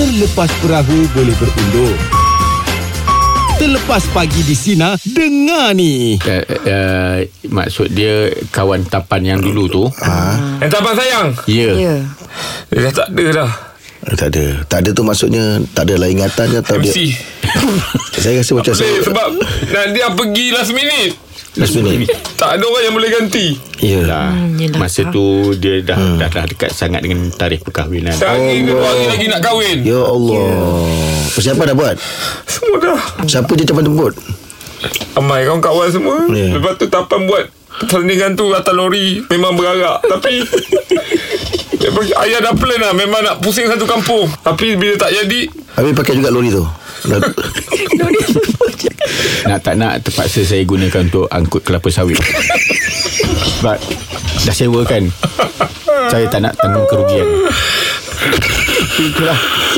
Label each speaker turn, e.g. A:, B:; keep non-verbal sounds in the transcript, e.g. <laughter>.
A: Selepas perahu boleh berundur. Terlepas pagi di Sina, dengar ni.
B: uh, uh, maksud dia kawan tapan yang dulu tu.
C: Yang tak abang sayang
B: Ah, Ya. Yeah.
D: Ya.
C: Dia dah tak ada dah
E: Eh, tak ada. Tak ada tu maksudnya tak adalah ingatan ke atau dia.
C: MC <laughs>
E: Saya rasa macam
C: Boleh
E: saya.
C: sebab Nadia pergi last minute
E: Last minute.
C: Tak ada orang yang boleh ganti
E: Ya.
B: Lah.
D: Hmm, yelah.
B: Masa tu dia dah, hmm. dah dah dekat sangat dengan tarikh perkahwinan.
C: Sehari dua hari lagi nak kahwin
E: Oh, Ya Allah. Siapa dah buat?
C: Semua dah
E: Siapa je teman tempur?
C: Amai kawan-kawan semua
E: Ya.
C: Lepas tu Tapan buat Pertandingan tu atas lori Memang berarak Tapi
E: <laughs>
C: Ayah dah plan lah Memang nak pusing satu kampung Tapi bila tak jadi
E: Habis pakai juga lori tu. Dah-
B: Nak tak nak terpaksa saya gunakan untuk angkut kelapa <laughs> sawit. Sebab dah sewa kan. Saya tak nak tanggung kerugian. Itulah.